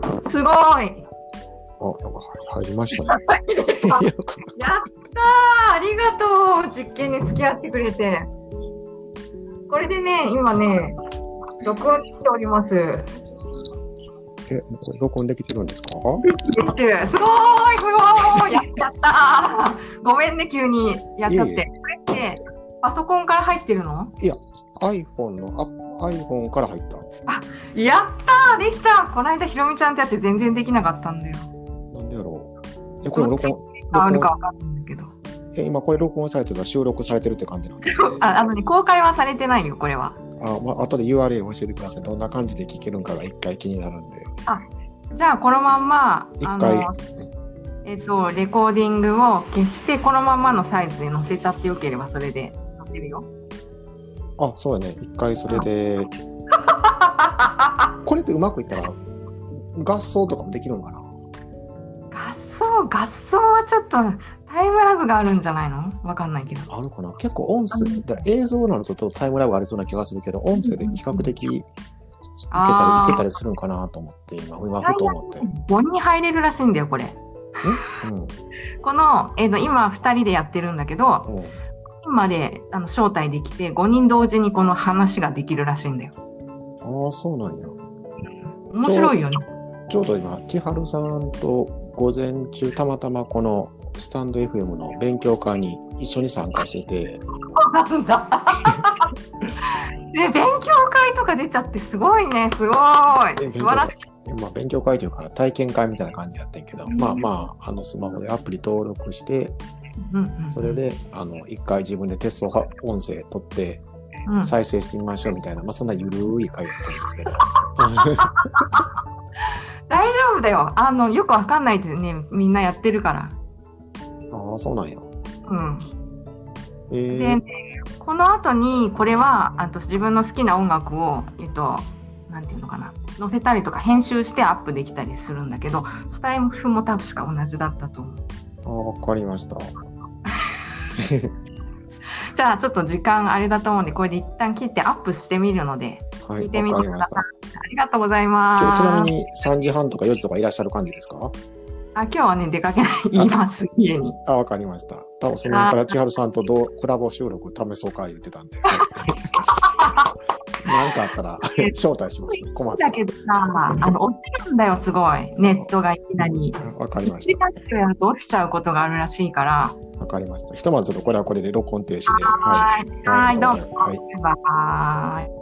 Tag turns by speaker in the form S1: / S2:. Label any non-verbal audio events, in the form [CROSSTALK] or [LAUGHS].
S1: ごい。
S2: あ、なんか入りまし
S1: [LAUGHS]
S2: たね。いや
S1: や
S2: こ
S1: ったーありがとう実験に付き合ってくれて。これでね、今ね、録音しております。で
S2: え、もうこれ録音できてるんですか
S1: きてる。すごーいすごーいやっちゃったーごめんね、急にやっちゃって。
S2: いえい
S1: これって、パソコンから入ってるの
S2: ?iPhone の、あ iPhone から入った。
S1: やったーできたこないだひろみちゃんとやって全然できなかったんだよ。
S2: なんでやろう。え、これ録音、
S1: あるかわかんないんだけど。
S2: え、今これ録音されてたら収録されてるって感じなんですか、
S1: ああのね、公開はされてないよ、これは。
S2: あ、まあ後で URL 教えてください。どんな感じで聞けるんかが一回気になるんで。
S1: じゃあ、このまんま、
S2: 一
S1: あ
S2: 回
S1: の、えっと、レコーディングを消して、このままのサイズで載せちゃってよければ、それで載せるよ。
S2: あ、そうやね。一回それ
S1: [LAUGHS]
S2: で。これってうまくいったら、合奏とかもできるのかな
S1: 合奏、合奏はちょっとタイムラグがあるんじゃないのわかんないけど。
S2: あるかな結構音声、だから映像になるとちょっとタイムラグありそうな気がするけど、音声で比較的いけた
S1: あ
S2: り
S1: ー
S2: いけたりするんかなと思って、今、今ふと思って。
S1: 5に入れるらしいんだよ、これ。
S2: うん
S1: この、えっと、今2人でやってるんだけど、
S2: うん、
S1: 今であの招待できて、5人同時にこの話ができるらしいんだよ。
S2: ああ、そうなんや。
S1: 面白いよね。
S2: ちょうど今、千春さんと午前中、たまたまこのスタンド FM の勉強会に一緒に参加してて、
S1: なんだ。 [LAUGHS] で勉強会とか出ちゃってすごいね、すごい。
S2: え
S1: 素晴らしい。
S2: まあ、勉強会というか体験会みたいな感じやってんけど、
S1: うん
S2: まあまあ、あのスマホでアプリ登録して、
S1: うんうん
S2: それ、で、あの、一回自分でテストは音声取って、
S1: うん、
S2: 再生してみましょうみたいな、まあ、そんなゆるい回だったんです
S1: [LAUGHS]
S2: けど。
S1: 大丈夫だよ。あのよくわかんないでね、みんなやってるから。
S2: ああ、そうなんや。
S1: うん。
S2: え
S1: で、
S2: ー、
S1: この後にこれはあと自分の好きな音楽をえっとなんていうのかな。載せたりとか編集してアップできたりするんだけどスタイフも多分しか同じだったと思う
S2: あーわかりました。
S1: じゃあちょっと時間あれだと思うんでこれで一旦切ってアップしてみるので
S2: はい、
S1: 聞いてみ
S2: わ
S1: てく
S2: かりま
S1: だ
S2: し
S1: さ
S2: た。
S1: いありがとうございます
S2: 今日ちなみに3時半とか4時とかいらっしゃる感じですか
S1: あ今日はね出かけない言います家に。
S2: あーわかりました。多分その辺から千春さんとどうコラボ収録試そうか言ってたんで。
S1: [LAUGHS]
S2: なんかあったら招待します。困った
S1: だ。けどさあの落ちるんだよすごいネットがいきなり。
S2: わかり
S1: 1
S2: ま
S1: 時
S2: し
S1: 間やると落ちちゃうことがあるらしいから。
S2: た。わかりました。ひとまずちょっとこれはこれで録音停止で。
S1: はい、はい、どうも。
S2: はい
S1: バイバイ。